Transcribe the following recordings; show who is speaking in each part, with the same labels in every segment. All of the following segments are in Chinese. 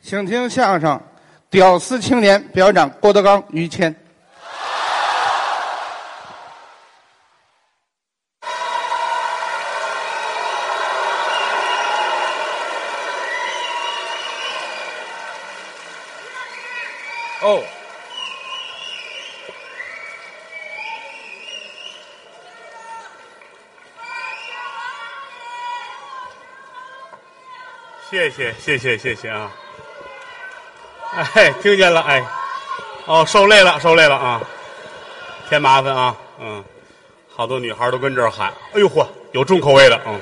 Speaker 1: 请听相声《屌丝青年》，表演长郭德纲、于谦。
Speaker 2: 哦，谢谢谢谢谢谢啊！哎，听见了哎，哦，受累了受累了啊，添麻烦啊，嗯，好多女孩都跟这儿喊，哎呦嚯，有重口味的，嗯，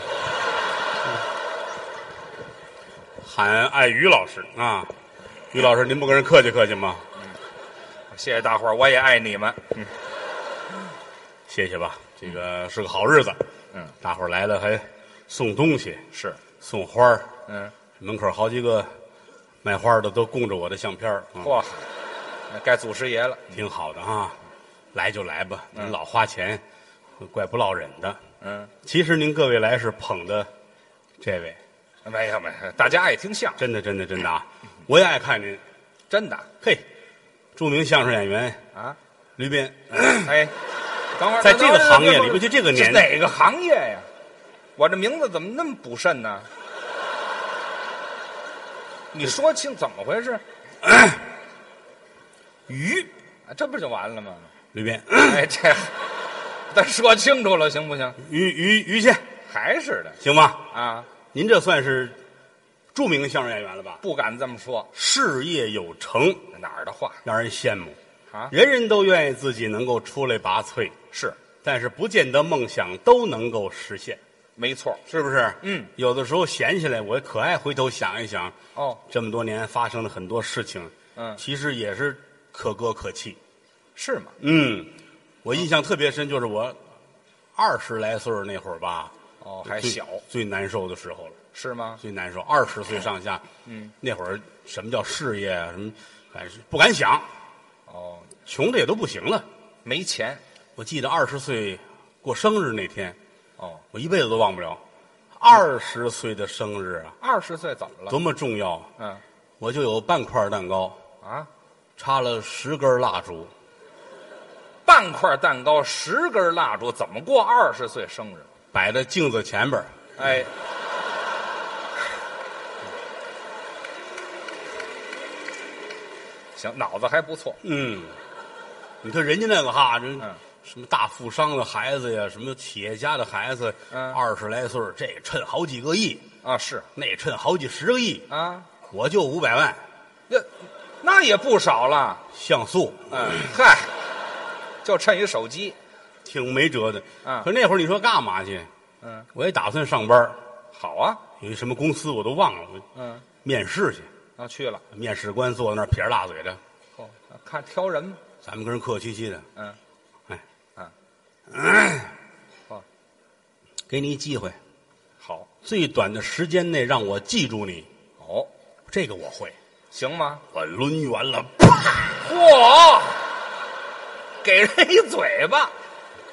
Speaker 2: 喊爱于老师啊，于老师您不跟人客气客气吗？
Speaker 3: 谢谢大伙儿，我也爱你们。嗯
Speaker 2: 谢谢吧，这个是个好日子，
Speaker 3: 嗯，
Speaker 2: 大伙儿来了还送东西，
Speaker 3: 是，
Speaker 2: 送花儿，
Speaker 3: 嗯，
Speaker 2: 门口好几个卖花的都供着我的相片儿，嗯
Speaker 3: 嚯，那该祖师爷了。
Speaker 2: 挺好的啊。来就来吧，您老花钱，怪不落忍的。
Speaker 3: 嗯，
Speaker 2: 其实您各位来是捧的这位，
Speaker 3: 没有没有，大家爱听相声，
Speaker 2: 真的真的真的啊！我也爱看您，
Speaker 3: 真的
Speaker 2: 嘿，著名相声演员
Speaker 3: 啊。
Speaker 2: 吕斌，
Speaker 3: 哎，等会儿，
Speaker 2: 在这个行业里
Speaker 3: 不
Speaker 2: 尤其这个年代
Speaker 3: 哪个行业呀？我这名字怎么那么不慎呢？你说清怎么回事？鱼，啊这不就完了吗？
Speaker 2: 吕斌，
Speaker 3: 哎，这，咱说清楚了行不行？
Speaker 2: 于于于谦，
Speaker 3: 还是的
Speaker 2: 行吗？
Speaker 3: 啊，
Speaker 2: 您这算是著名相声演员了吧？
Speaker 3: 不敢这么说，
Speaker 2: 事业有成，
Speaker 3: 哪儿的话
Speaker 2: 让人羡慕，
Speaker 3: 啊？
Speaker 2: 人人都愿意自己能够出类拔萃，
Speaker 3: 是，
Speaker 2: 但是不见得梦想都能够实现，
Speaker 3: 没错。
Speaker 2: 是不是？
Speaker 3: 嗯，
Speaker 2: 有的时候闲下来，我可爱回头想一想，
Speaker 3: 哦，
Speaker 2: 这么多年发生的很多事情，
Speaker 3: 嗯
Speaker 2: 其实也是可歌可泣。
Speaker 3: 是吗？
Speaker 2: 嗯，我印象特别深，就是我二十来岁儿那会儿吧，
Speaker 3: 哦，还
Speaker 2: 最
Speaker 3: 小
Speaker 2: 最难受的时候了。
Speaker 3: 是吗？
Speaker 2: 最难受，二十岁上下，
Speaker 3: 嗯，
Speaker 2: 那会儿什么叫事业啊？什么，哎，是不敢想，
Speaker 3: 哦，
Speaker 2: 穷的也都不行了。
Speaker 3: 没钱。
Speaker 2: 我记得二十岁过生日那天，
Speaker 3: 哦，
Speaker 2: 我一辈子都忘不了。二十岁的生日啊，
Speaker 3: 二十岁怎么了？
Speaker 2: 多么重要！啊
Speaker 3: 嗯
Speaker 2: 我就有半块蛋糕，
Speaker 3: 啊，
Speaker 2: 插了十根蜡烛，
Speaker 3: 半块蛋糕，十根蜡烛，怎么过二十岁生日？
Speaker 2: 摆在镜子前边儿
Speaker 3: 哎， 行，脑子还不错。
Speaker 2: 嗯，你看人家那个哈，这
Speaker 3: 嗯
Speaker 2: 什么大富商的孩子呀，什么企业家的孩子，
Speaker 3: 嗯
Speaker 2: 二十来岁儿这趁好几个亿，
Speaker 3: 啊，是
Speaker 2: 那趁好几十个亿，
Speaker 3: 啊，
Speaker 2: 我就五百万
Speaker 3: 那那也不少了。
Speaker 2: 像素，
Speaker 3: 嗯， 嗨，就趁一手机。
Speaker 2: 挺没辙的。
Speaker 3: 嗯
Speaker 2: 可那会儿你说干嘛去？
Speaker 3: 嗯，
Speaker 2: 我也打算上班儿，
Speaker 3: 好啊。
Speaker 2: 有一什么公司我都忘了，我
Speaker 3: 嗯，
Speaker 2: 面试去。
Speaker 3: 啊，去了。
Speaker 2: 面试官坐在那儿撇着大嘴的，
Speaker 3: 哦，看挑人嘛。
Speaker 2: 咱们跟人客客气气的，
Speaker 3: 嗯，
Speaker 2: 哎，
Speaker 3: 嗯，哦，
Speaker 2: 给你一机会，
Speaker 3: 好，
Speaker 2: 最短的时间内让我记住你，
Speaker 3: 哦，
Speaker 2: 这个我会。
Speaker 3: 行吗？
Speaker 2: 我抡圆了，啪，
Speaker 3: 嚯，给人一嘴巴，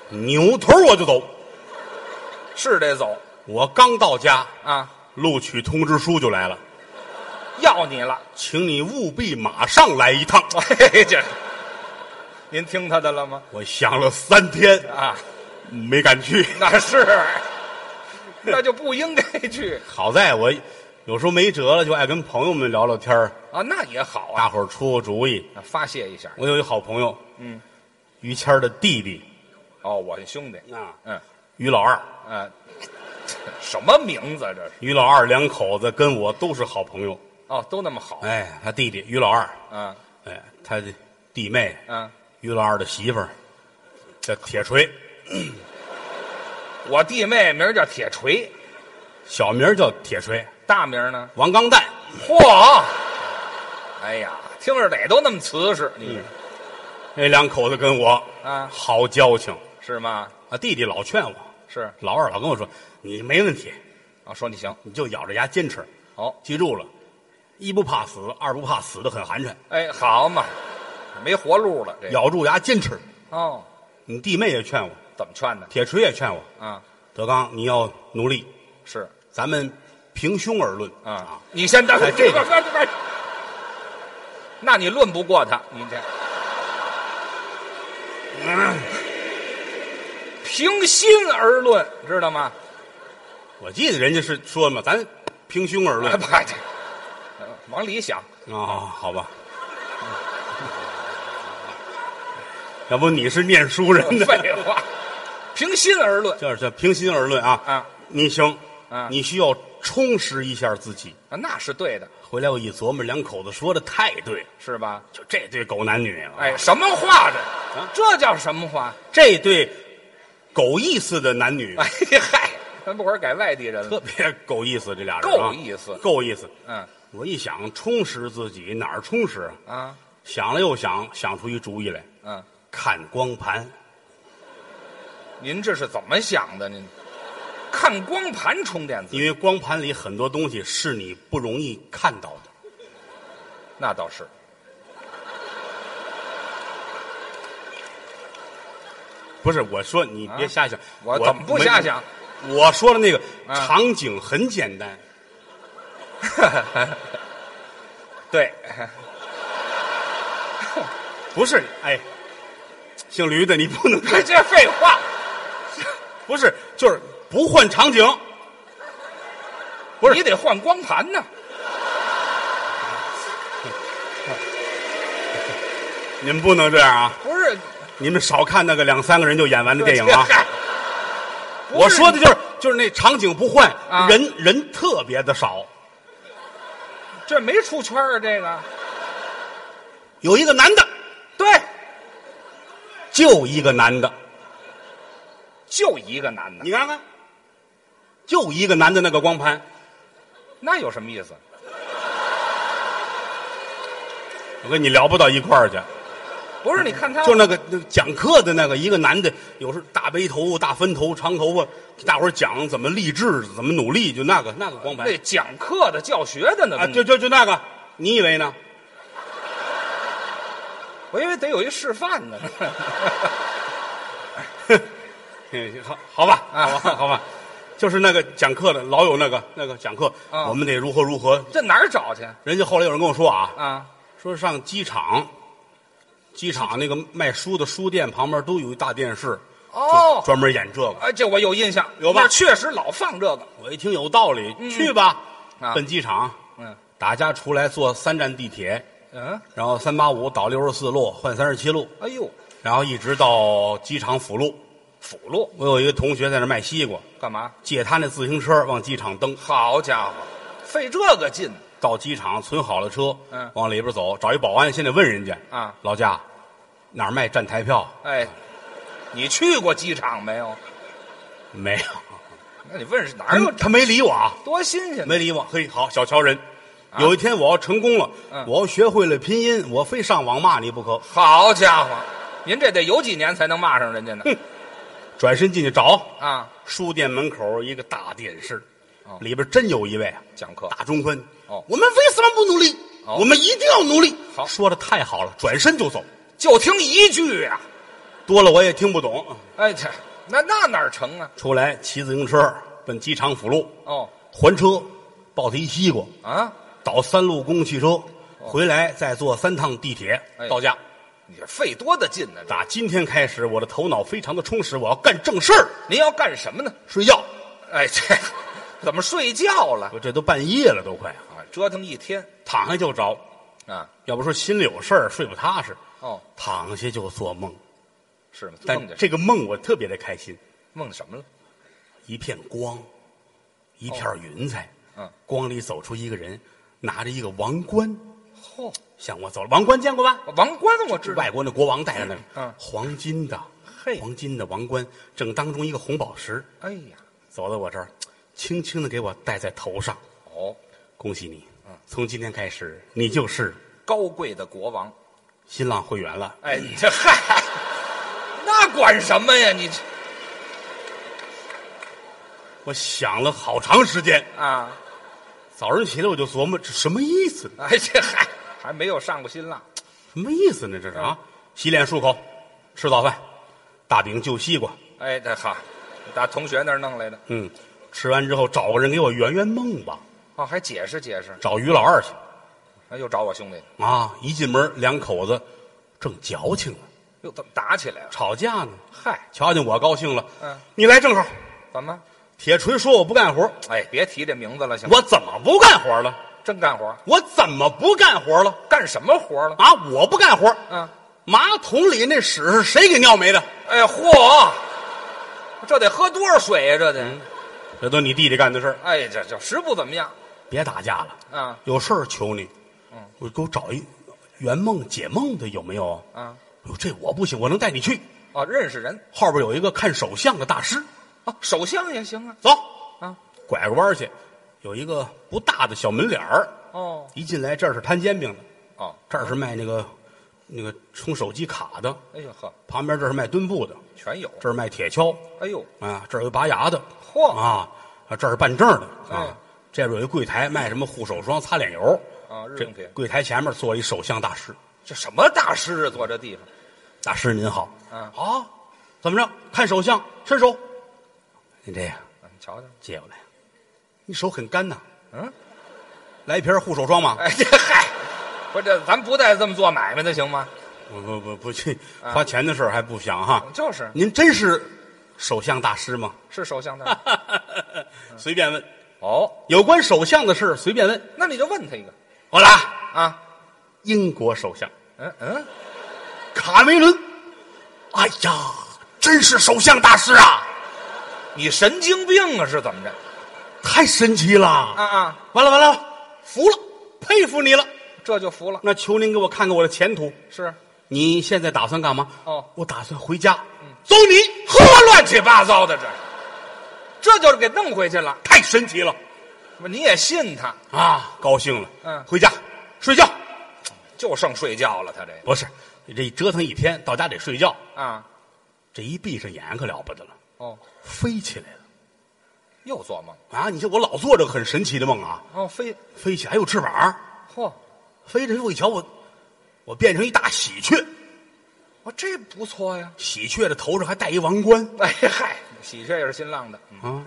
Speaker 2: 扭头我就走。
Speaker 3: 是得走
Speaker 2: 我刚到家，
Speaker 3: 啊，
Speaker 2: 录取通知书就来了，
Speaker 3: 要你了。
Speaker 2: 请你务必马上来一趟。
Speaker 3: 哎，这， 您听他的了吗？
Speaker 2: 我想了三天，
Speaker 3: 啊，
Speaker 2: 没敢去。
Speaker 3: 那是， 那就不应该去
Speaker 2: 好在我有时候没辙了，就爱跟朋友们聊聊天儿
Speaker 3: 啊，那也好啊，
Speaker 2: 大伙儿出个主意。
Speaker 3: 啊发泄一下。
Speaker 2: 我有一好朋友，
Speaker 3: 嗯，
Speaker 2: 于谦儿的弟弟
Speaker 3: 哦，我是兄弟，
Speaker 2: 啊，
Speaker 3: 嗯，
Speaker 2: 于老二，
Speaker 3: 呃，什么名字这是？
Speaker 2: 于老二两口子跟我都是好朋友。
Speaker 3: 哦，都那么好，
Speaker 2: 哎，他弟弟于老二，
Speaker 3: 啊，
Speaker 2: 哎，他的弟妹
Speaker 3: 嗯，
Speaker 2: 于老二的媳妇儿叫铁锤，
Speaker 3: 我弟妹名叫铁锤，
Speaker 2: 小名儿叫铁锤，
Speaker 3: 大名呢？
Speaker 2: 王刚蛋。
Speaker 3: 嚯！哎呀，听着哪都那么瓷实，你这
Speaker 2: 那两口子跟我
Speaker 3: 啊
Speaker 2: 好交情
Speaker 3: 是吗？
Speaker 2: 啊，弟弟老劝我，
Speaker 3: 是啊、
Speaker 2: 老二老跟我说你没问题，
Speaker 3: 说你行，哦
Speaker 2: 你就咬着牙坚持。
Speaker 3: 好，
Speaker 2: 记住了，一不怕死，二不怕死的很寒碜，
Speaker 3: 哎，好嘛，没活路了，这
Speaker 2: 咬住牙坚持。
Speaker 3: 哦，
Speaker 2: 你弟妹也劝我，
Speaker 3: 怎么劝的
Speaker 2: 铁锤也劝我，
Speaker 3: 啊？
Speaker 2: 德刚你要努力，
Speaker 3: 是啊
Speaker 2: 咱们平胸而论
Speaker 3: 啊，你先等
Speaker 2: 哎这个
Speaker 3: 个 那你论不过他，你 这。平心而论，知道吗？
Speaker 2: 我记得人家是说嘛，咱平胸而论
Speaker 3: 哎不，这呃往里 想，
Speaker 2: 啊，好吧。 要不你是念书人的，
Speaker 3: 废话，平心而论
Speaker 2: 就是 这平心而论啊。
Speaker 3: 啊，
Speaker 2: 你行
Speaker 3: 啊，
Speaker 2: 你需要充实一下自己。
Speaker 3: 啊那是对的，
Speaker 2: 回来我一琢磨，两口子说的太对了，
Speaker 3: 是吧？
Speaker 2: 就这对狗男女啊，
Speaker 3: 哎，什么话这？
Speaker 2: 啊
Speaker 3: 这叫什么话？
Speaker 2: 这对狗意思的男女，
Speaker 3: 哎嗨，咱不会儿改外地人
Speaker 2: 特
Speaker 3: 了。
Speaker 2: 别狗意思，这俩人啊
Speaker 3: 够意思
Speaker 2: 够意思。
Speaker 3: 嗯
Speaker 2: 我一想充实自己，哪儿充实啊？
Speaker 3: 啊
Speaker 2: 想了又想，想出一主意来，
Speaker 3: 嗯，
Speaker 2: 看光盘。
Speaker 3: 您这是怎么想的？您看光盘充电自己，
Speaker 2: 因为光盘里很多东西是你不容易看到的。
Speaker 3: 那倒是。
Speaker 2: 不是，我说你别瞎想，
Speaker 3: 啊我怎么不瞎想？
Speaker 2: 没？我说的那个
Speaker 3: 啊
Speaker 2: 场景很简单，
Speaker 3: 对，
Speaker 2: 不是？哎，姓驴的你不能
Speaker 3: 哎这这废话，
Speaker 2: 不是，就是不换场景。不是
Speaker 3: 你得换光盘呢。
Speaker 2: 你们不能这样啊！
Speaker 3: 不是
Speaker 2: 你们少看那个两三个人就演完的电影 啊！
Speaker 3: 嗨不是
Speaker 2: 我说的就是就是那场景不换，
Speaker 3: 啊
Speaker 2: 人人特别的少。
Speaker 3: 这没出圈啊，这个
Speaker 2: 有一个男的，
Speaker 3: 对，
Speaker 2: 就一个男的，
Speaker 3: 就一个男的，
Speaker 2: 你看看，就一个男的那个光盘，
Speaker 3: 那有什么意思？
Speaker 2: 我跟你聊不到一块儿去。
Speaker 3: 不是，你看他
Speaker 2: 就那个那个讲课的那个一个男的，有时候大背头、大分头、长头发，给大伙儿讲怎么励志、怎么努力，就那个那个光盘
Speaker 3: 那讲课的、教学的呢？
Speaker 2: 啊，就就就那个，你以为呢？
Speaker 3: 我以为得有一示范呢。
Speaker 2: 嗯好，好吧，
Speaker 3: 啊
Speaker 2: 好 吧，好吧，就是那个讲课的，老有那个那个讲课，
Speaker 3: 啊
Speaker 2: 我们得如何如何。
Speaker 3: 这哪儿找去
Speaker 2: 人家后来有人跟我说啊，
Speaker 3: 啊？
Speaker 2: 说上机场，机场那个卖书的书店旁边都有一大电视，
Speaker 3: 哦，
Speaker 2: 专门演这个。
Speaker 3: 哎，这我有印象，
Speaker 2: 有吧
Speaker 3: 那儿确实老放这个。
Speaker 2: 我一听有道理，去吧，
Speaker 3: 嗯啊
Speaker 2: 奔机场，
Speaker 3: 嗯
Speaker 2: 打家出来坐三站地铁，
Speaker 3: 嗯，
Speaker 2: 然后三八五倒六十四路换三十七路，
Speaker 3: 哎呦，
Speaker 2: 然后一直到机场辅路。
Speaker 3: 辅路
Speaker 2: 我有一个同学在那卖西瓜，
Speaker 3: 干嘛？
Speaker 2: 借他那自行车往机场蹬，
Speaker 3: 好家伙，费这个劲
Speaker 2: 到机场存好了车，
Speaker 3: 嗯
Speaker 2: 往里边走，找一保安，先得问人家
Speaker 3: 啊
Speaker 2: 老家哪儿卖站台票？
Speaker 3: 哎！你去过机场没有？
Speaker 2: 没有，
Speaker 3: 那你问是哪
Speaker 2: 他
Speaker 3: 儿有
Speaker 2: 他没理我啊，
Speaker 3: 多新鲜呢？
Speaker 2: 没理我。嘿，好，小瞧人。有一天我要成功了，
Speaker 3: 啊嗯
Speaker 2: 我要学会了拼音，我非上网骂你不可。
Speaker 3: 好家伙，您这得有几年才能骂上人家呢？
Speaker 2: 转身进去找，
Speaker 3: 啊，
Speaker 2: 书店门口一个大电视，
Speaker 3: 哦
Speaker 2: 里边真有一位啊
Speaker 3: 讲课
Speaker 2: 大中分。
Speaker 3: 哦
Speaker 2: 我们为什么不努力？
Speaker 3: 哦
Speaker 2: 我们一定要努力。
Speaker 3: 好
Speaker 2: 说的太好了，转身就走。
Speaker 3: 就听一句呀、
Speaker 2: 多了我也听不懂。
Speaker 3: 哎，这那那哪儿成啊？
Speaker 2: 出来骑自行车奔机场辅路，
Speaker 3: 哦
Speaker 2: 还车，抱他一西瓜，
Speaker 3: 啊，
Speaker 2: 倒三路公共汽车，回来再坐三趟地铁
Speaker 3: 哦哎
Speaker 2: 到家。
Speaker 3: 你这费多大劲呢、这
Speaker 2: 打今天开始，我的头脑非常的充实，我要干正事儿。
Speaker 3: 您要干什么呢？
Speaker 2: 睡觉，
Speaker 3: 哎，这怎么睡觉了？
Speaker 2: 我这都半夜了，都快
Speaker 3: 啊，折腾一天
Speaker 2: 躺下就着。
Speaker 3: 啊。
Speaker 2: 要不说心里有事儿，睡不踏实。
Speaker 3: 哦，
Speaker 2: 躺下就做梦，
Speaker 3: 是吗？
Speaker 2: 但
Speaker 3: 梦见
Speaker 2: 这个梦我特别的开心，
Speaker 3: 梦见什么了？
Speaker 2: 一片光，一片云彩，
Speaker 3: 哦嗯，
Speaker 2: 光里走出一个人，拿着一个王冠
Speaker 3: 嚯、
Speaker 2: 向我走了。王冠见过吧？
Speaker 3: 哦王冠我知道。
Speaker 2: 外国那国王戴的那个，
Speaker 3: 嗯
Speaker 2: 黄金的，
Speaker 3: 嘿
Speaker 2: 黄金的王冠，正当中一个红宝石，
Speaker 3: 哎呀，
Speaker 2: 走到我这儿，轻轻的给我戴在头上。
Speaker 3: 哦，
Speaker 2: 恭喜你，从今天开始，你就是
Speaker 3: 高贵的国王。
Speaker 2: 新浪会员了。
Speaker 3: 哎，你这嗨，那管什么呀？你这
Speaker 2: 我想了好长时间，
Speaker 3: 啊，
Speaker 2: 早上起来我就琢磨这什么意思呢？
Speaker 3: 哎，这嗨，还没有上过新浪。
Speaker 2: 什么意思呢？这是啊！洗脸漱口，吃早饭，大饼就西瓜。
Speaker 3: 哎，这好，打同学那儿弄来的。
Speaker 2: 嗯，吃完之后找个人给我圆圆梦吧，
Speaker 3: 哦，还解释解释。
Speaker 2: 找于老二去。
Speaker 3: 那又找我兄弟了，
Speaker 2: 啊！一进门，两口子正矫情呢，
Speaker 3: 又怎么打起来了？
Speaker 2: 吵架呢。
Speaker 3: 嗨，
Speaker 2: 瞧见我高兴了，
Speaker 3: 嗯，
Speaker 2: 你来正好。
Speaker 3: 怎么？
Speaker 2: 铁锤说我不干活，
Speaker 3: 哎，别提这名字了，行吗？
Speaker 2: 我怎么不干活了？
Speaker 3: 真干活，
Speaker 2: 我怎么不干活了？
Speaker 3: 干什么活了？
Speaker 2: 啊，我不干活，
Speaker 3: 嗯，
Speaker 2: 马桶里那屎是谁给尿没的？
Speaker 3: 哎，嚯，这得喝多少水呀、这得，
Speaker 2: 这都你弟弟干的事儿，
Speaker 3: 哎，这这实不怎么样
Speaker 2: 别打架了，
Speaker 3: 啊
Speaker 2: 有事儿求你，我给我找一圆梦解梦的有没有啊？
Speaker 3: 啊！
Speaker 2: 哟，这我不行，我能带你去。
Speaker 3: 哦，认识人
Speaker 2: 后边有一个看手相的大师，
Speaker 3: 啊，首相也行啊
Speaker 2: 走，
Speaker 3: 啊，
Speaker 2: 拐个弯儿去，有一个不大的小门脸儿，
Speaker 3: 哦
Speaker 2: 一进来这儿是摊煎饼的，
Speaker 3: 哦，
Speaker 2: 这儿是卖那个那个充手机卡的，
Speaker 3: 哎呦呵，
Speaker 2: 旁边这儿是卖墩布的，
Speaker 3: 全有，
Speaker 2: 这儿卖铁锹
Speaker 3: 哎呦，
Speaker 2: 啊，这儿有拔牙的，
Speaker 3: 嚯
Speaker 2: 啊，啊这儿是办证的
Speaker 3: 哎
Speaker 2: 啊，这边有一柜台卖什么护手霜、擦脸油
Speaker 3: 啊日
Speaker 2: 这
Speaker 3: 用品
Speaker 2: 柜台前面坐一手相大师，
Speaker 3: 这什么大师啊，坐这地方
Speaker 2: 大师您好，
Speaker 3: 啊
Speaker 2: 啊，怎么着？看手相，伸手，您这样
Speaker 3: 啊你瞧瞧，
Speaker 2: 借过来，你手很干呐，
Speaker 3: 嗯，
Speaker 2: 来一瓶护手霜吧。
Speaker 3: 哎，这嗨，不是这咱不带这么做买卖的行吗？
Speaker 2: 不不不不去
Speaker 3: 啊
Speaker 2: 花钱的事儿还不想哈？
Speaker 3: 嗯就是
Speaker 2: 您真是手相大师吗？
Speaker 3: 是首相的
Speaker 2: 随便问，
Speaker 3: 哦，
Speaker 2: 有关手相的事儿随便问。
Speaker 3: 那你就问他一个
Speaker 2: 好了啊，
Speaker 3: 啊，
Speaker 2: 英国首相
Speaker 3: 嗯嗯，
Speaker 2: 卡梅伦，哎呀，真是首相大师啊，
Speaker 3: 你神经病啊是怎么着？
Speaker 2: 太神奇
Speaker 3: 啊
Speaker 2: 了！
Speaker 3: 啊，
Speaker 2: 完了完了，服了，佩服你了。
Speaker 3: 这就服了，
Speaker 2: 那求您给我看看我的前途。
Speaker 3: 是
Speaker 2: 你现在打算干嘛？
Speaker 3: 哦，嗯
Speaker 2: 我打算回家。走你，
Speaker 3: 呵，乱七八糟的这是，这就是给弄回去了。
Speaker 2: 太神奇了
Speaker 3: 不你也信他，
Speaker 2: 啊！高兴了，
Speaker 3: 嗯
Speaker 2: 回家睡觉。
Speaker 3: 就剩睡觉了，他这
Speaker 2: 不是，这一折腾一天，到家得睡觉。
Speaker 3: 个啊，
Speaker 2: 这一闭上眼可了不得了，
Speaker 3: 哦，
Speaker 2: 飞起来了
Speaker 3: 又做梦，
Speaker 2: 啊！你说我老做这个很神奇的梦啊，
Speaker 3: 哦，飞，
Speaker 2: 飞起来还有翅膀，
Speaker 3: 嚯，
Speaker 2: 飞着我一瞧，我我变成一大喜鹊，
Speaker 3: 哦，这不错呀。
Speaker 2: 喜鹊的头上还戴一王冠
Speaker 3: 哎嗨，喜鹊也是新浪的，嗯
Speaker 2: 啊！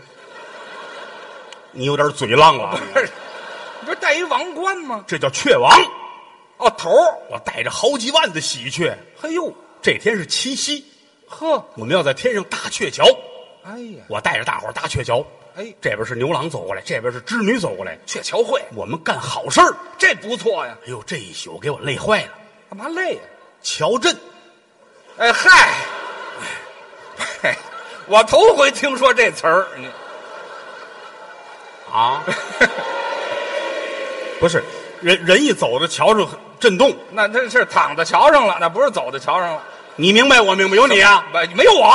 Speaker 2: 你有点嘴浪了，啊
Speaker 3: 不是， 你不是戴一王冠吗？
Speaker 2: 这叫雀王。
Speaker 3: 哦，头儿，
Speaker 2: 我带着好几万的喜鹊，
Speaker 3: 嘿呦，
Speaker 2: 这天是七夕，
Speaker 3: 呵，
Speaker 2: 我们要在天上搭鹊桥。
Speaker 3: 哎呀，
Speaker 2: 我带着大伙儿搭鹊桥，
Speaker 3: 哎，
Speaker 2: 这边是牛郎走过来，这边是织女走过来，
Speaker 3: 鹊桥会，
Speaker 2: 我们干好事儿。
Speaker 3: 这不错呀，
Speaker 2: 哎呦，这一宿给我累坏了。
Speaker 3: 干嘛累呀、
Speaker 2: 乔振，
Speaker 3: 哎嗨，嘿我头回听说这词儿，你
Speaker 2: 啊，不是，人人一走到桥上震动，
Speaker 3: 那那是躺在桥上了，那不是走在桥上了，
Speaker 2: 你明白我明白，有你啊，
Speaker 3: 没没有我，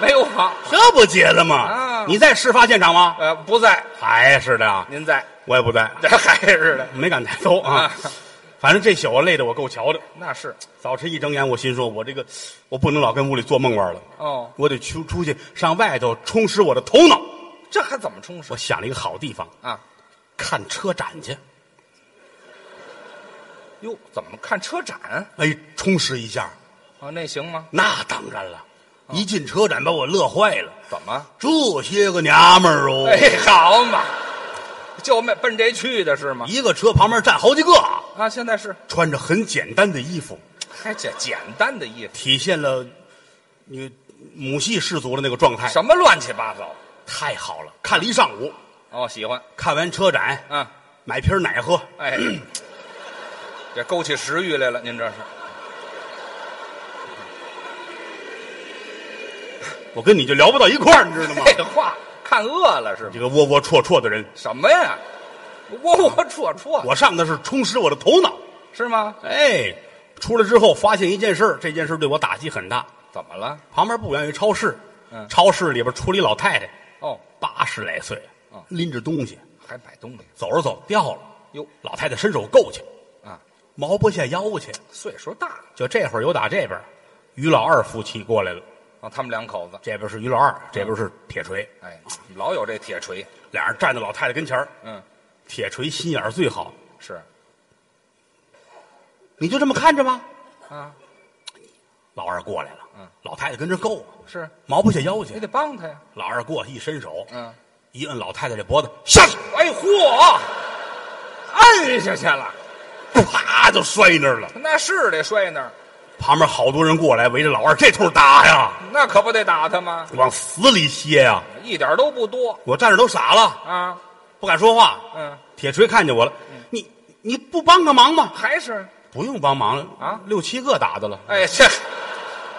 Speaker 3: 没有我，
Speaker 2: 这不结了吗？
Speaker 3: 啊
Speaker 2: 你在事发现场吗？
Speaker 3: 呃，不在，
Speaker 2: 还是的啊，
Speaker 3: 您在，
Speaker 2: 我也不在，
Speaker 3: 这还是的，
Speaker 2: 没敢抬头啊
Speaker 3: 啊。
Speaker 2: 反正这宿啊累得我够瞧的。
Speaker 3: 那是，
Speaker 2: 早晨一睁眼，我心说，我这个我不能老跟屋里做梦玩了，
Speaker 3: 哦，
Speaker 2: 我得出出去上外头充实我的头脑。
Speaker 3: 这还怎么充实
Speaker 2: 我想了一个好地方，
Speaker 3: 啊？
Speaker 2: 看车展去，
Speaker 3: 哟，怎么看车展
Speaker 2: 哎，充实一下。
Speaker 3: 啊？那行吗？
Speaker 2: 那当然了，
Speaker 3: 哦
Speaker 2: 一进车展把我乐坏了。
Speaker 3: 怎么？
Speaker 2: 这些个娘们儿哦，
Speaker 3: 哎，好嘛，就奔奔这去的是吗？
Speaker 2: 一个车旁边站好几个，
Speaker 3: 啊，现在是
Speaker 2: 穿着很简单的衣服，
Speaker 3: 还简简单的衣服，
Speaker 2: 体现了你母系氏族的那个状态，
Speaker 3: 什么乱七八糟？
Speaker 2: 太好了！看了一上午，
Speaker 3: 哦，喜欢
Speaker 2: 看完车展，
Speaker 3: 啊，
Speaker 2: 买瓶奶喝，
Speaker 3: 哎，这勾起食欲来了，您这是
Speaker 2: 我跟你就聊不到一块儿，你知道吗？
Speaker 3: 废哎话，看饿了是吗？
Speaker 2: 这个窝窝戳戳的人，
Speaker 3: 什么呀？窝窝戳戳
Speaker 2: 我上的是充实我的头脑。
Speaker 3: 是吗？
Speaker 2: 哎，出来之后发现一件事儿，这件事儿对我打击很大。
Speaker 3: 怎么了？
Speaker 2: 旁边不远有一超市，
Speaker 3: 嗯
Speaker 2: 超市里边出来一老太太，
Speaker 3: 哦，
Speaker 2: 八十来岁
Speaker 3: 哦，
Speaker 2: 拎着东西
Speaker 3: 还买东西
Speaker 2: 走着走掉了，
Speaker 3: 哟
Speaker 2: 老太太伸手够去，
Speaker 3: 啊？
Speaker 2: 毛不下腰去。
Speaker 3: 岁数大了
Speaker 2: 就这会儿有打这边，于老二夫妻过来了，
Speaker 3: 啊，他们两口子，
Speaker 2: 这边是于老二，这边是铁锤，
Speaker 3: 哎，老有这铁锤，
Speaker 2: 俩人站在老太太跟前儿
Speaker 3: 嗯，
Speaker 2: 铁锤心眼儿最好，
Speaker 3: 是
Speaker 2: 你就这么看着吧。
Speaker 3: 啊，
Speaker 2: 老二过来了，
Speaker 3: 嗯，
Speaker 2: 老太太跟着够，啊
Speaker 3: 是
Speaker 2: 毛不下腰
Speaker 3: 你
Speaker 2: 去。
Speaker 3: 得帮他呀，
Speaker 2: 老二过去一伸手，
Speaker 3: 嗯。哎
Speaker 2: 一摁老太太这脖子，下去。
Speaker 3: 哎嚯，按下去了，
Speaker 2: 啪就摔那儿了。
Speaker 3: 那是得摔那儿，
Speaker 2: 旁边好多人过来围着老二，这头打呀，
Speaker 3: 那可不得打他吗？
Speaker 2: 往死里歇呀！
Speaker 3: 一点都不多
Speaker 2: 我站着都傻了，
Speaker 3: 啊，
Speaker 2: 不敢说话。
Speaker 3: 嗯，
Speaker 2: 铁锤看见我了，你你不帮个忙吗？
Speaker 3: 还是
Speaker 2: 不用帮忙了
Speaker 3: 啊
Speaker 2: 六七个打的了，
Speaker 3: 哎这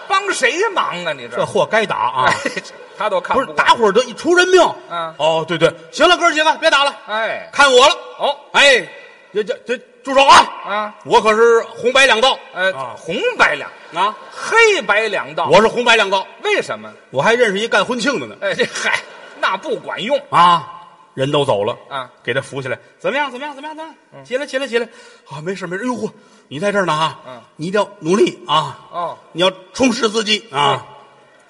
Speaker 3: 帮谁忙啊？你这
Speaker 2: 这货该打啊
Speaker 3: 哎！这他都看
Speaker 2: 不是
Speaker 3: 过
Speaker 2: 打会儿得一出人命。
Speaker 3: 嗯
Speaker 2: 哦，对对，行了，哥儿几个别打了，
Speaker 3: 哎
Speaker 2: 看我了。
Speaker 3: 哦
Speaker 2: 哎，这这这住手啊！
Speaker 3: 啊
Speaker 2: 我可是红白两道
Speaker 3: 呃、
Speaker 2: 啊
Speaker 3: 红白两
Speaker 2: 啊！
Speaker 3: 黑白两道，
Speaker 2: 我是红白两道，
Speaker 3: 为什么？
Speaker 2: 我还认识一干婚庆的呢。
Speaker 3: 哎这嗨那不管用
Speaker 2: 啊，人都走了
Speaker 3: 啊，
Speaker 2: 给他扶起来，怎么样？怎么样？怎么样？怎么
Speaker 3: 嗯
Speaker 2: 样？起来，起来，起来！啊，没事，没事。哎呦嚯，你在这儿呢啊！
Speaker 3: 嗯，
Speaker 2: 你一定要努力啊！
Speaker 3: 哦，
Speaker 2: 你要充实自己
Speaker 3: 嗯
Speaker 2: 啊！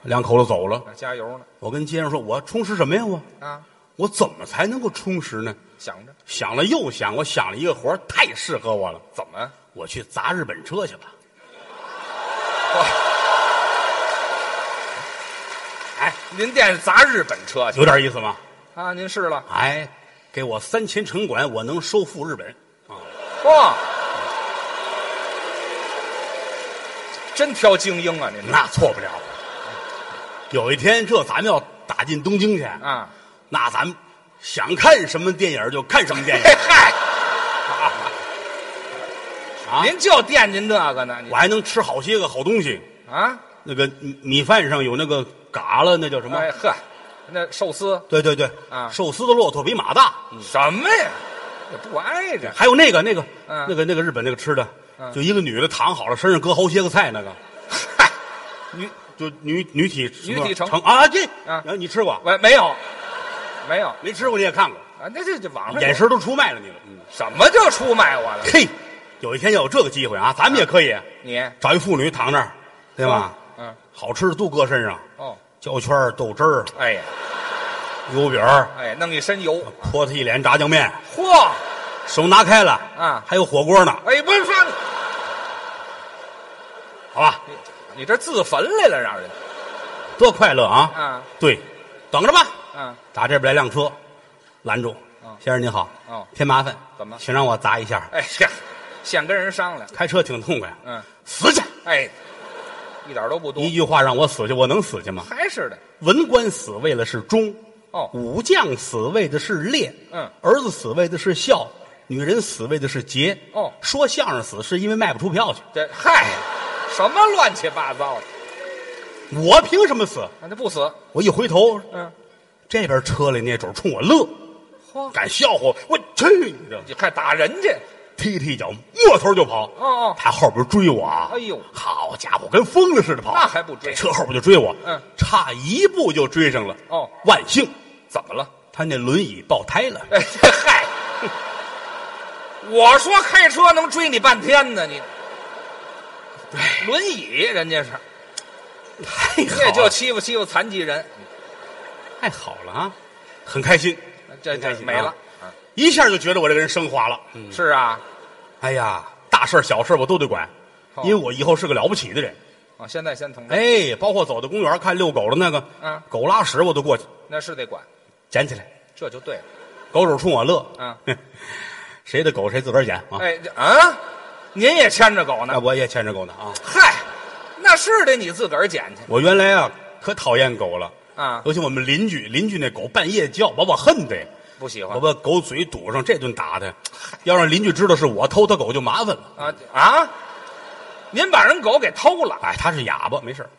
Speaker 2: 两口子走了，
Speaker 3: 那加油呢
Speaker 2: 我跟街上说，我充实什么呀？我
Speaker 3: 啊，
Speaker 2: 我怎么才能够充实呢？
Speaker 3: 想着
Speaker 2: 想了又想，我想了一个活儿太适合我了，
Speaker 3: 怎么
Speaker 2: 我去砸日本车去吧。
Speaker 3: 哎您惦着砸日本车去
Speaker 2: 有点意思吗？
Speaker 3: 啊？您试了
Speaker 2: 哎，给我三千城管，我能收复日本。
Speaker 3: 哇、真挑精英啊您这
Speaker 2: 那错不了。有一天，这咱们要打进东京去，
Speaker 3: 啊
Speaker 2: 那咱们想看什么电影就看什么电影
Speaker 3: 嘿嗨。
Speaker 2: 啊！
Speaker 3: 您就惦记那个呢，你
Speaker 2: 我还能吃好些个好东西。
Speaker 3: 啊，
Speaker 2: 那个米米饭上有那个嘎了，那叫什么？
Speaker 3: 哎呵，那寿司
Speaker 2: 对对对，
Speaker 3: 啊
Speaker 2: 寿司的骆驼比马大。
Speaker 3: 什么呀？也不挨着
Speaker 2: 还有那个那个、
Speaker 3: 嗯
Speaker 2: 那个那个日本那个吃的，
Speaker 3: 嗯
Speaker 2: 就一个女的躺好了，身上搁好些个菜 那个，
Speaker 3: 嗨，
Speaker 2: 女就女女体什么
Speaker 3: 女体城
Speaker 2: 啊这
Speaker 3: 啊
Speaker 2: 你吃过
Speaker 3: 我没有，没有
Speaker 2: 没吃过你也看过，
Speaker 3: 啊，那这这网上
Speaker 2: 眼神都出卖了你了。嗯
Speaker 3: 什么就出卖我了？
Speaker 2: 嘿，有一天要有这个机会啊，咱们也可以
Speaker 3: 你
Speaker 2: 找一妇女躺那儿，对吧？？
Speaker 3: 嗯
Speaker 2: 好吃的都搁身上，
Speaker 3: 哦，
Speaker 2: 胶圈儿、豆汁儿、
Speaker 3: 哎呀
Speaker 2: 油饼儿，
Speaker 3: 哎呀，弄一身油，
Speaker 2: 泼他一脸炸酱面，
Speaker 3: 嚯，
Speaker 2: 手拿开了
Speaker 3: 啊
Speaker 2: 还有火锅呢，
Speaker 3: 哎不是说
Speaker 2: 好吧，
Speaker 3: 你你这自焚来了，让人
Speaker 2: 多快乐啊！
Speaker 3: 啊
Speaker 2: 对，等着吧，
Speaker 3: 啊
Speaker 2: 打这边来辆车，拦住
Speaker 3: 嗯，
Speaker 2: 先生您好，
Speaker 3: 哦，
Speaker 2: 添麻烦，
Speaker 3: 怎么
Speaker 2: 请让我砸一下，
Speaker 3: 哎呀，先跟人商量，
Speaker 2: 开车挺痛快，
Speaker 3: 嗯
Speaker 2: 死去！
Speaker 3: 哎，一点都不多
Speaker 2: 一，句话让我死去，我能死去吗？
Speaker 3: 还是的
Speaker 2: 文官死为了是忠，
Speaker 3: 哦，
Speaker 2: 武将死为的是烈，
Speaker 3: 嗯，
Speaker 2: 儿子死为的是孝，女人死为的是节。
Speaker 3: 哦
Speaker 2: 说相声死是因为卖不出票去，
Speaker 3: 这嗨，什么乱七八糟的，
Speaker 2: 我凭什么死？
Speaker 3: 那就不死，
Speaker 2: 我一回头，
Speaker 3: 嗯，
Speaker 2: 这边车里那主冲我乐，
Speaker 3: 嚯，
Speaker 2: 敢笑话我，我去你这！
Speaker 3: 你还打人家？
Speaker 2: 踢踢脚，抹头就跑。
Speaker 3: 哦哦
Speaker 2: 他后边追我啊！
Speaker 3: 哎呦
Speaker 2: 好家伙，跟疯了似的跑。
Speaker 3: 那还不追
Speaker 2: 这车后边就追我。
Speaker 3: 嗯，
Speaker 2: 差一步就追上了。
Speaker 3: 哦
Speaker 2: 万幸
Speaker 3: 怎么了？
Speaker 2: 他那轮椅爆胎了。
Speaker 3: 哎，嗨，我说开车能追你半天呢，你轮椅人家是，
Speaker 2: 太好
Speaker 3: 这就
Speaker 2: 了，
Speaker 3: 欺负欺负残疾人，
Speaker 2: 太好了啊！很开心，
Speaker 3: 这
Speaker 2: 很开
Speaker 3: 这
Speaker 2: 心啊
Speaker 3: 没了。啊
Speaker 2: 一下就觉得我这个人升华了。嗯，
Speaker 3: 是啊，
Speaker 2: 哎呀，大事儿小事儿我都得管，
Speaker 3: 哦
Speaker 2: 因为我以后是个了不起的人。
Speaker 3: 啊，现在先从这，
Speaker 2: 哎，包括走到公园看遛狗的那个，
Speaker 3: 嗯
Speaker 2: 狗拉屎我都过去
Speaker 3: 那是得管，
Speaker 2: 捡起来，
Speaker 3: 这就对了。
Speaker 2: 狗主冲我乐。
Speaker 3: 嗯，
Speaker 2: 谁的狗谁自个儿捡啊？
Speaker 3: 哎，这啊，您也牵着狗
Speaker 2: 那
Speaker 3: 呢？
Speaker 2: 我也牵着狗呢啊！
Speaker 3: 嗨，那是得你自个儿捡去
Speaker 2: 我原来啊可讨厌狗了，
Speaker 3: 啊，
Speaker 2: 尤其我们邻居，邻居那狗半夜叫，把我恨的呀，
Speaker 3: 不喜欢
Speaker 2: 我把狗嘴堵上，这顿打的，要让邻居知道是我偷他狗就麻烦了。
Speaker 3: 啊啊！您把人狗给偷了，
Speaker 2: 哎，他是哑巴，没事儿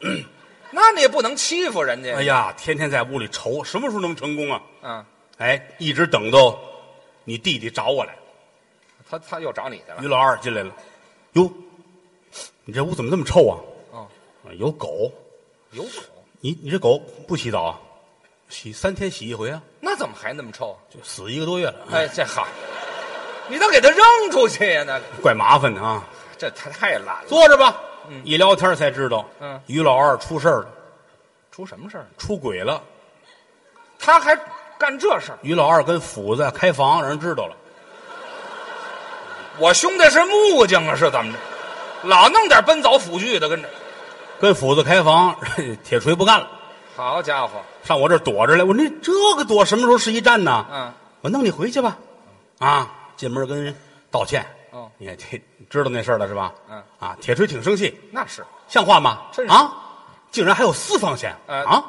Speaker 3: 那你也不能欺负人家
Speaker 2: 哎呀，天天在屋里愁，什么时候能成功啊？
Speaker 3: 啊。
Speaker 2: 哎，一直等到你弟弟找我来，
Speaker 3: 他他又找你去了
Speaker 2: 于老二进来了，哟，你这屋怎么这么臭啊？
Speaker 3: 哦，
Speaker 2: 啊有狗，
Speaker 3: 有狗，
Speaker 2: 你你这狗不洗澡啊？洗三天洗一回啊，
Speaker 3: 那怎么还那么臭？
Speaker 2: 就死一个多月了，
Speaker 3: 哎，这好，你倒给他扔出去呀！那个
Speaker 2: 怪麻烦的啊。
Speaker 3: 这他太懒了，
Speaker 2: 坐着吧。一聊天才知道，
Speaker 3: 嗯
Speaker 2: 于老二出事儿了，
Speaker 3: 出什么事儿？
Speaker 2: 出轨了。
Speaker 3: 他还干这事儿？
Speaker 2: 于老二跟斧子开房，让人知道了。
Speaker 3: 我兄弟是木匠啊，是怎么着？老弄点奔走斧锯的跟着。
Speaker 2: 跟斧子开房， 铁锤不干了，
Speaker 3: 好家伙，
Speaker 2: 上我这儿躲着来。我说那这个躲什么时候是一站呢？
Speaker 3: 嗯，
Speaker 2: 我弄你回去吧。啊，进门跟人道歉，
Speaker 3: 哦，
Speaker 2: 你看这知道那事儿了是吧？
Speaker 3: 嗯
Speaker 2: 啊，铁锤挺生气，
Speaker 3: 那是
Speaker 2: 像话吗？
Speaker 3: 真是
Speaker 2: 啊，竟然还有私房钱、
Speaker 3: 呃
Speaker 2: 啊！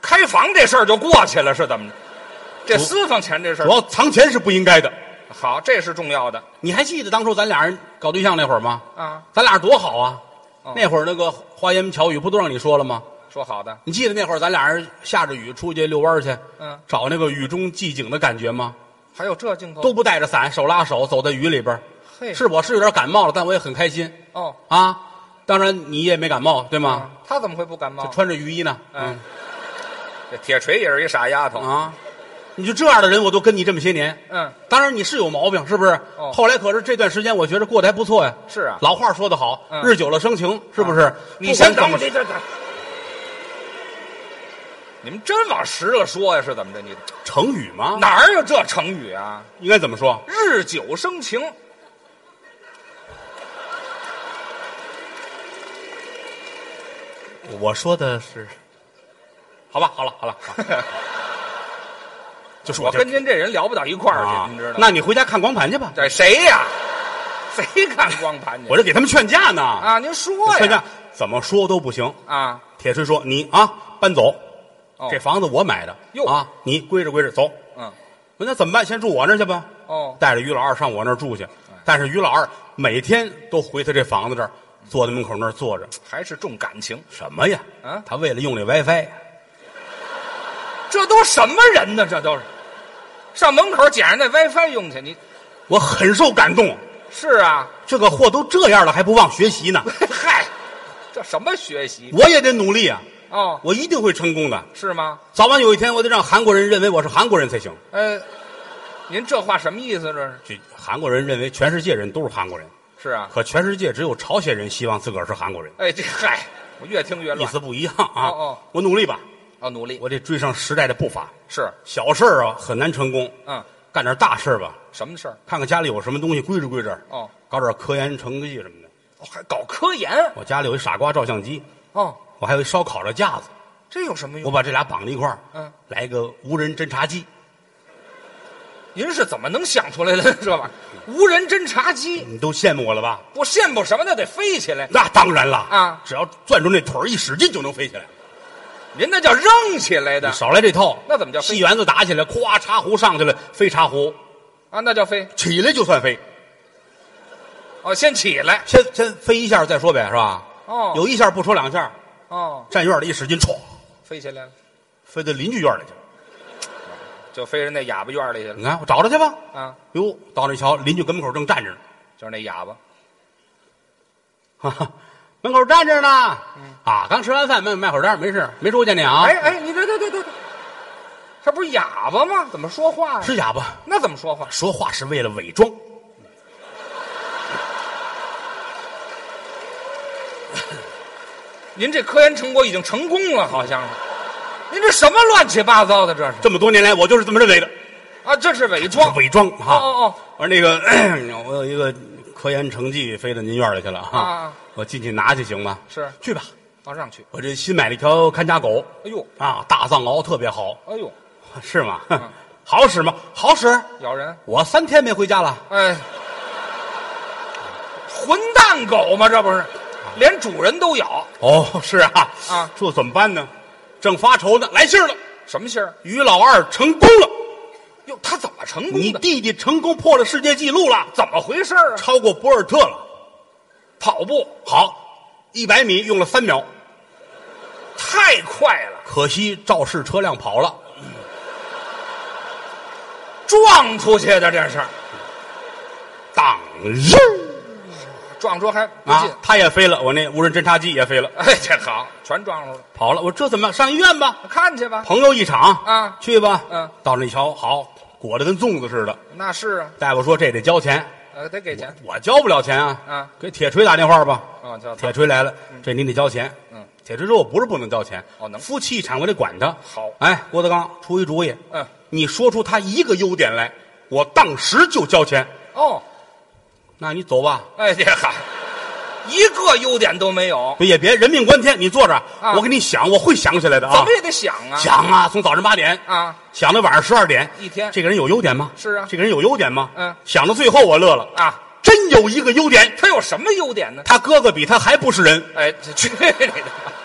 Speaker 3: 开房这事儿就过去了，是怎么着？这私房钱这事
Speaker 2: 主
Speaker 3: 儿
Speaker 2: 要藏钱是不应该的。
Speaker 3: 好，这是重要的
Speaker 2: 你还记得当初咱俩人搞对象那会儿吗？
Speaker 3: 啊。
Speaker 2: 咱俩多好啊！
Speaker 3: 哦
Speaker 2: 那会儿那个花言巧语不都让你说了吗？
Speaker 3: 说好的，
Speaker 2: 你记得那会儿咱俩人下着雨出去遛弯儿去，
Speaker 3: 嗯，
Speaker 2: 找那个雨中寂静的感觉吗？
Speaker 3: 还有这镜头
Speaker 2: 都不带着伞，手拉手走在雨里边儿。
Speaker 3: 嘿
Speaker 2: 是我是有点感冒了，但我也很开心
Speaker 3: 哦
Speaker 2: 啊。当然你也没感冒，对吗？
Speaker 3: 啊，他怎么会不感冒？
Speaker 2: 穿着雨衣呢，
Speaker 3: 嗯，这铁锤也是一傻丫头。
Speaker 2: 啊，你就这样的人，我都跟你这么些年。
Speaker 3: 嗯，
Speaker 2: 当然你是有毛病，是不是？
Speaker 3: 哦
Speaker 2: 后来可是这段时间，我觉得过得还不错呀。
Speaker 3: 是啊
Speaker 2: 老话说得好，
Speaker 3: 嗯啊
Speaker 2: 日久了生情，是不是？
Speaker 3: 你先
Speaker 2: 不管
Speaker 3: 等我，
Speaker 2: 怎么
Speaker 3: 这这这。你们真往实了说呀？是怎么着？你
Speaker 2: 成语吗？
Speaker 3: 哪儿有这成语啊？
Speaker 2: 应该怎么说？
Speaker 3: 日久生情，
Speaker 2: 我说的是，好吧，好了，好了，好了就是
Speaker 3: 我
Speaker 2: 这
Speaker 3: 跟您这人聊不到一块儿
Speaker 2: 啊
Speaker 3: 去，您知道？吗？
Speaker 2: 那你回家看光盘去吧，
Speaker 3: 这谁呀？谁看光盘去？
Speaker 2: 我这给他们劝架呢。
Speaker 3: 啊，您说呀？
Speaker 2: 劝架怎么说都不行。
Speaker 3: 啊，
Speaker 2: 铁锤说：“你啊，搬走，
Speaker 3: 哦
Speaker 2: 这房子我买的
Speaker 3: 哟
Speaker 2: 啊，你归置归置，走。
Speaker 3: 嗯，”
Speaker 2: 我说那怎么办？先住我那儿去吧。
Speaker 3: 哦，哎
Speaker 2: 带着于老二上我那儿住去，但是于老二每天都回他这房子这儿，坐在门口那儿坐着，
Speaker 3: 还是重感情，
Speaker 2: 什么呀？
Speaker 3: 啊
Speaker 2: 他为了用这 WiFi，
Speaker 3: 这都什么人呢？这都是上门口捡人那 WiFi 用去，你
Speaker 2: 我很受感动。
Speaker 3: 是啊？
Speaker 2: 这个货都这样了，还不忘学习呢，
Speaker 3: 嗨，这什么学习？
Speaker 2: 我也得努力啊，
Speaker 3: 哦，
Speaker 2: 我一定会成功的。
Speaker 3: 是吗？
Speaker 2: 早晚有一天，我得让韩国人认为我是韩国人才行。
Speaker 3: 呃，您这话什么意思？这是
Speaker 2: 这韩国人认为全世界人都是韩国人，
Speaker 3: 是啊？
Speaker 2: 可全世界只有朝鲜人希望自个儿是韩国人，
Speaker 3: 哎，这嗨，我越听越
Speaker 2: 意
Speaker 3: 乱。
Speaker 2: 思不一样啊。
Speaker 3: 哦哦
Speaker 2: 我努力吧，
Speaker 3: 要努力
Speaker 2: 我得追上时代的步伐。
Speaker 3: 是，
Speaker 2: 小事儿啊很难成功，
Speaker 3: 嗯，
Speaker 2: 干点大事儿吧。
Speaker 3: 什么事儿？
Speaker 2: 看看家里有什么东西归置归置，
Speaker 3: 哦，
Speaker 2: 搞点科研成绩什么的。
Speaker 3: 哦还搞科研
Speaker 2: 我家里有一傻瓜照相机，
Speaker 3: 哦，
Speaker 2: 我还有一烧烤的架子，
Speaker 3: 这有什么
Speaker 2: 我
Speaker 3: 用？
Speaker 2: 把这俩绑在一块儿，
Speaker 3: 嗯，
Speaker 2: 来一个无人侦察机。
Speaker 3: 您是怎么能想出来的这玩意儿？无人侦察机，
Speaker 2: 你都羡慕我了吧？
Speaker 3: 我羡慕什么？那得飞起来，
Speaker 2: 那当然了
Speaker 3: 啊
Speaker 2: 只要攥住那腿儿一使劲就能飞起来。
Speaker 3: 您那叫扔起来的
Speaker 2: 你少来这套，
Speaker 3: 那怎么叫飞
Speaker 2: 戏园子打起来，咵茶壶上去了，飞茶壶
Speaker 3: 啊，那叫飞
Speaker 2: 起来就算飞，
Speaker 3: 哦，先起来
Speaker 2: 先先飞一下再说呗，是吧？
Speaker 3: 哦
Speaker 2: 有一下不说两下，
Speaker 3: 哦，
Speaker 2: 站院里一使劲，歘，
Speaker 3: 飞起来了，
Speaker 2: 飞到邻居院里去了。
Speaker 3: 就飞人那哑巴院里去了
Speaker 2: 你看，我找他去吧。
Speaker 3: 啊，
Speaker 2: 哟，到那瞧，邻居跟门口正站着呢。
Speaker 3: 就是那哑巴，
Speaker 2: 哈哈， 门口站着呢。啊，刚吃完饭，卖卖会儿单，没事，没出去呢啊。
Speaker 3: 嗯哎哎，你这这这这，这他不是哑巴吗？怎么说话呀？
Speaker 2: 是哑巴，
Speaker 3: 那怎么说话？
Speaker 2: 说话是为了伪装。
Speaker 3: 您这科研成果已经成功了，好像是。您这什么乱七八糟的？这是
Speaker 2: 这么多年来，我就是这么认为的，
Speaker 3: 啊，这是伪装。
Speaker 2: 伪装哈。
Speaker 3: 哦哦哦
Speaker 2: 我说那个， 咳我有一个科研成绩飞到您院里去了哈、
Speaker 3: 啊
Speaker 2: 我进去拿去行吗？
Speaker 3: 是
Speaker 2: 去吧。
Speaker 3: 往上去。
Speaker 2: 我这新买了一条看家狗
Speaker 3: 哎呦，
Speaker 2: 啊，大藏獒特别好，
Speaker 3: 哎呦，
Speaker 2: 是吗？
Speaker 3: 嗯
Speaker 2: 好使吗？好使。
Speaker 3: 咬人！
Speaker 2: 我三天没回家了，
Speaker 3: 哎，混蛋狗嘛，这不是，连主人都咬。
Speaker 2: 哦，是啊，
Speaker 3: 啊
Speaker 2: 这怎么办呢？正发愁呢，来信儿了，
Speaker 3: 什么信儿？
Speaker 2: 于老二成功了，
Speaker 3: 哟，他怎么成功
Speaker 2: 你
Speaker 3: 的？
Speaker 2: 弟弟成功破了世界纪录了，
Speaker 3: 怎么回事儿啊？
Speaker 2: 超过博尔特了。
Speaker 3: 跑步
Speaker 2: 好，一百米用了三秒，
Speaker 3: 太快了，
Speaker 2: 可惜肇事车辆跑了。
Speaker 3: 撞出去的这是，
Speaker 2: 当日
Speaker 3: 撞出还不
Speaker 2: 啊
Speaker 3: 进。，
Speaker 2: 他也飞了，我那无人侦察机也飞了，
Speaker 3: 哎，这好，全撞出了，
Speaker 2: 跑了。我这怎么办上医院吧？
Speaker 3: 看去吧。
Speaker 2: 朋友一场
Speaker 3: 啊
Speaker 2: 去吧。
Speaker 3: 嗯，
Speaker 2: 到那一瞧，好，裹得跟粽子似的。
Speaker 3: 那是啊，
Speaker 2: 大夫说这得交钱，
Speaker 3: 呃，得给钱。
Speaker 2: 我交不了钱啊。
Speaker 3: 啊，
Speaker 2: 给铁锤打电话吧。
Speaker 3: 啊，叫
Speaker 2: 铁锤来了，这您得交钱。
Speaker 3: 嗯，
Speaker 2: 铁锤说我不是不能交钱，
Speaker 3: 哦能
Speaker 2: 夫妻一场我得管他。
Speaker 3: 好
Speaker 2: 哎，郭德纲出一主意，
Speaker 3: 嗯，
Speaker 2: 你说出他一个优点来，我当时就交钱。
Speaker 3: 哦，
Speaker 2: 那你走吧，
Speaker 3: 哎，这好，一个优点都没有，
Speaker 2: 也别人命关天，你坐着，
Speaker 3: 啊
Speaker 2: 我给你想，我会想起来的
Speaker 3: 怎
Speaker 2: 啊
Speaker 3: 么。也得想啊。
Speaker 2: 想啊，从早晨八点
Speaker 3: 啊
Speaker 2: 想到晚上十二点，
Speaker 3: 一天
Speaker 2: 这个人有优点吗？
Speaker 3: 是啊
Speaker 2: 这个人有优点吗？
Speaker 3: 嗯
Speaker 2: 想到最后我乐了，
Speaker 3: 啊，
Speaker 2: 这真有一个优点，
Speaker 3: 他有什么优点呢？
Speaker 2: 他哥哥比他还不是人。
Speaker 3: 哎，这去你的吧！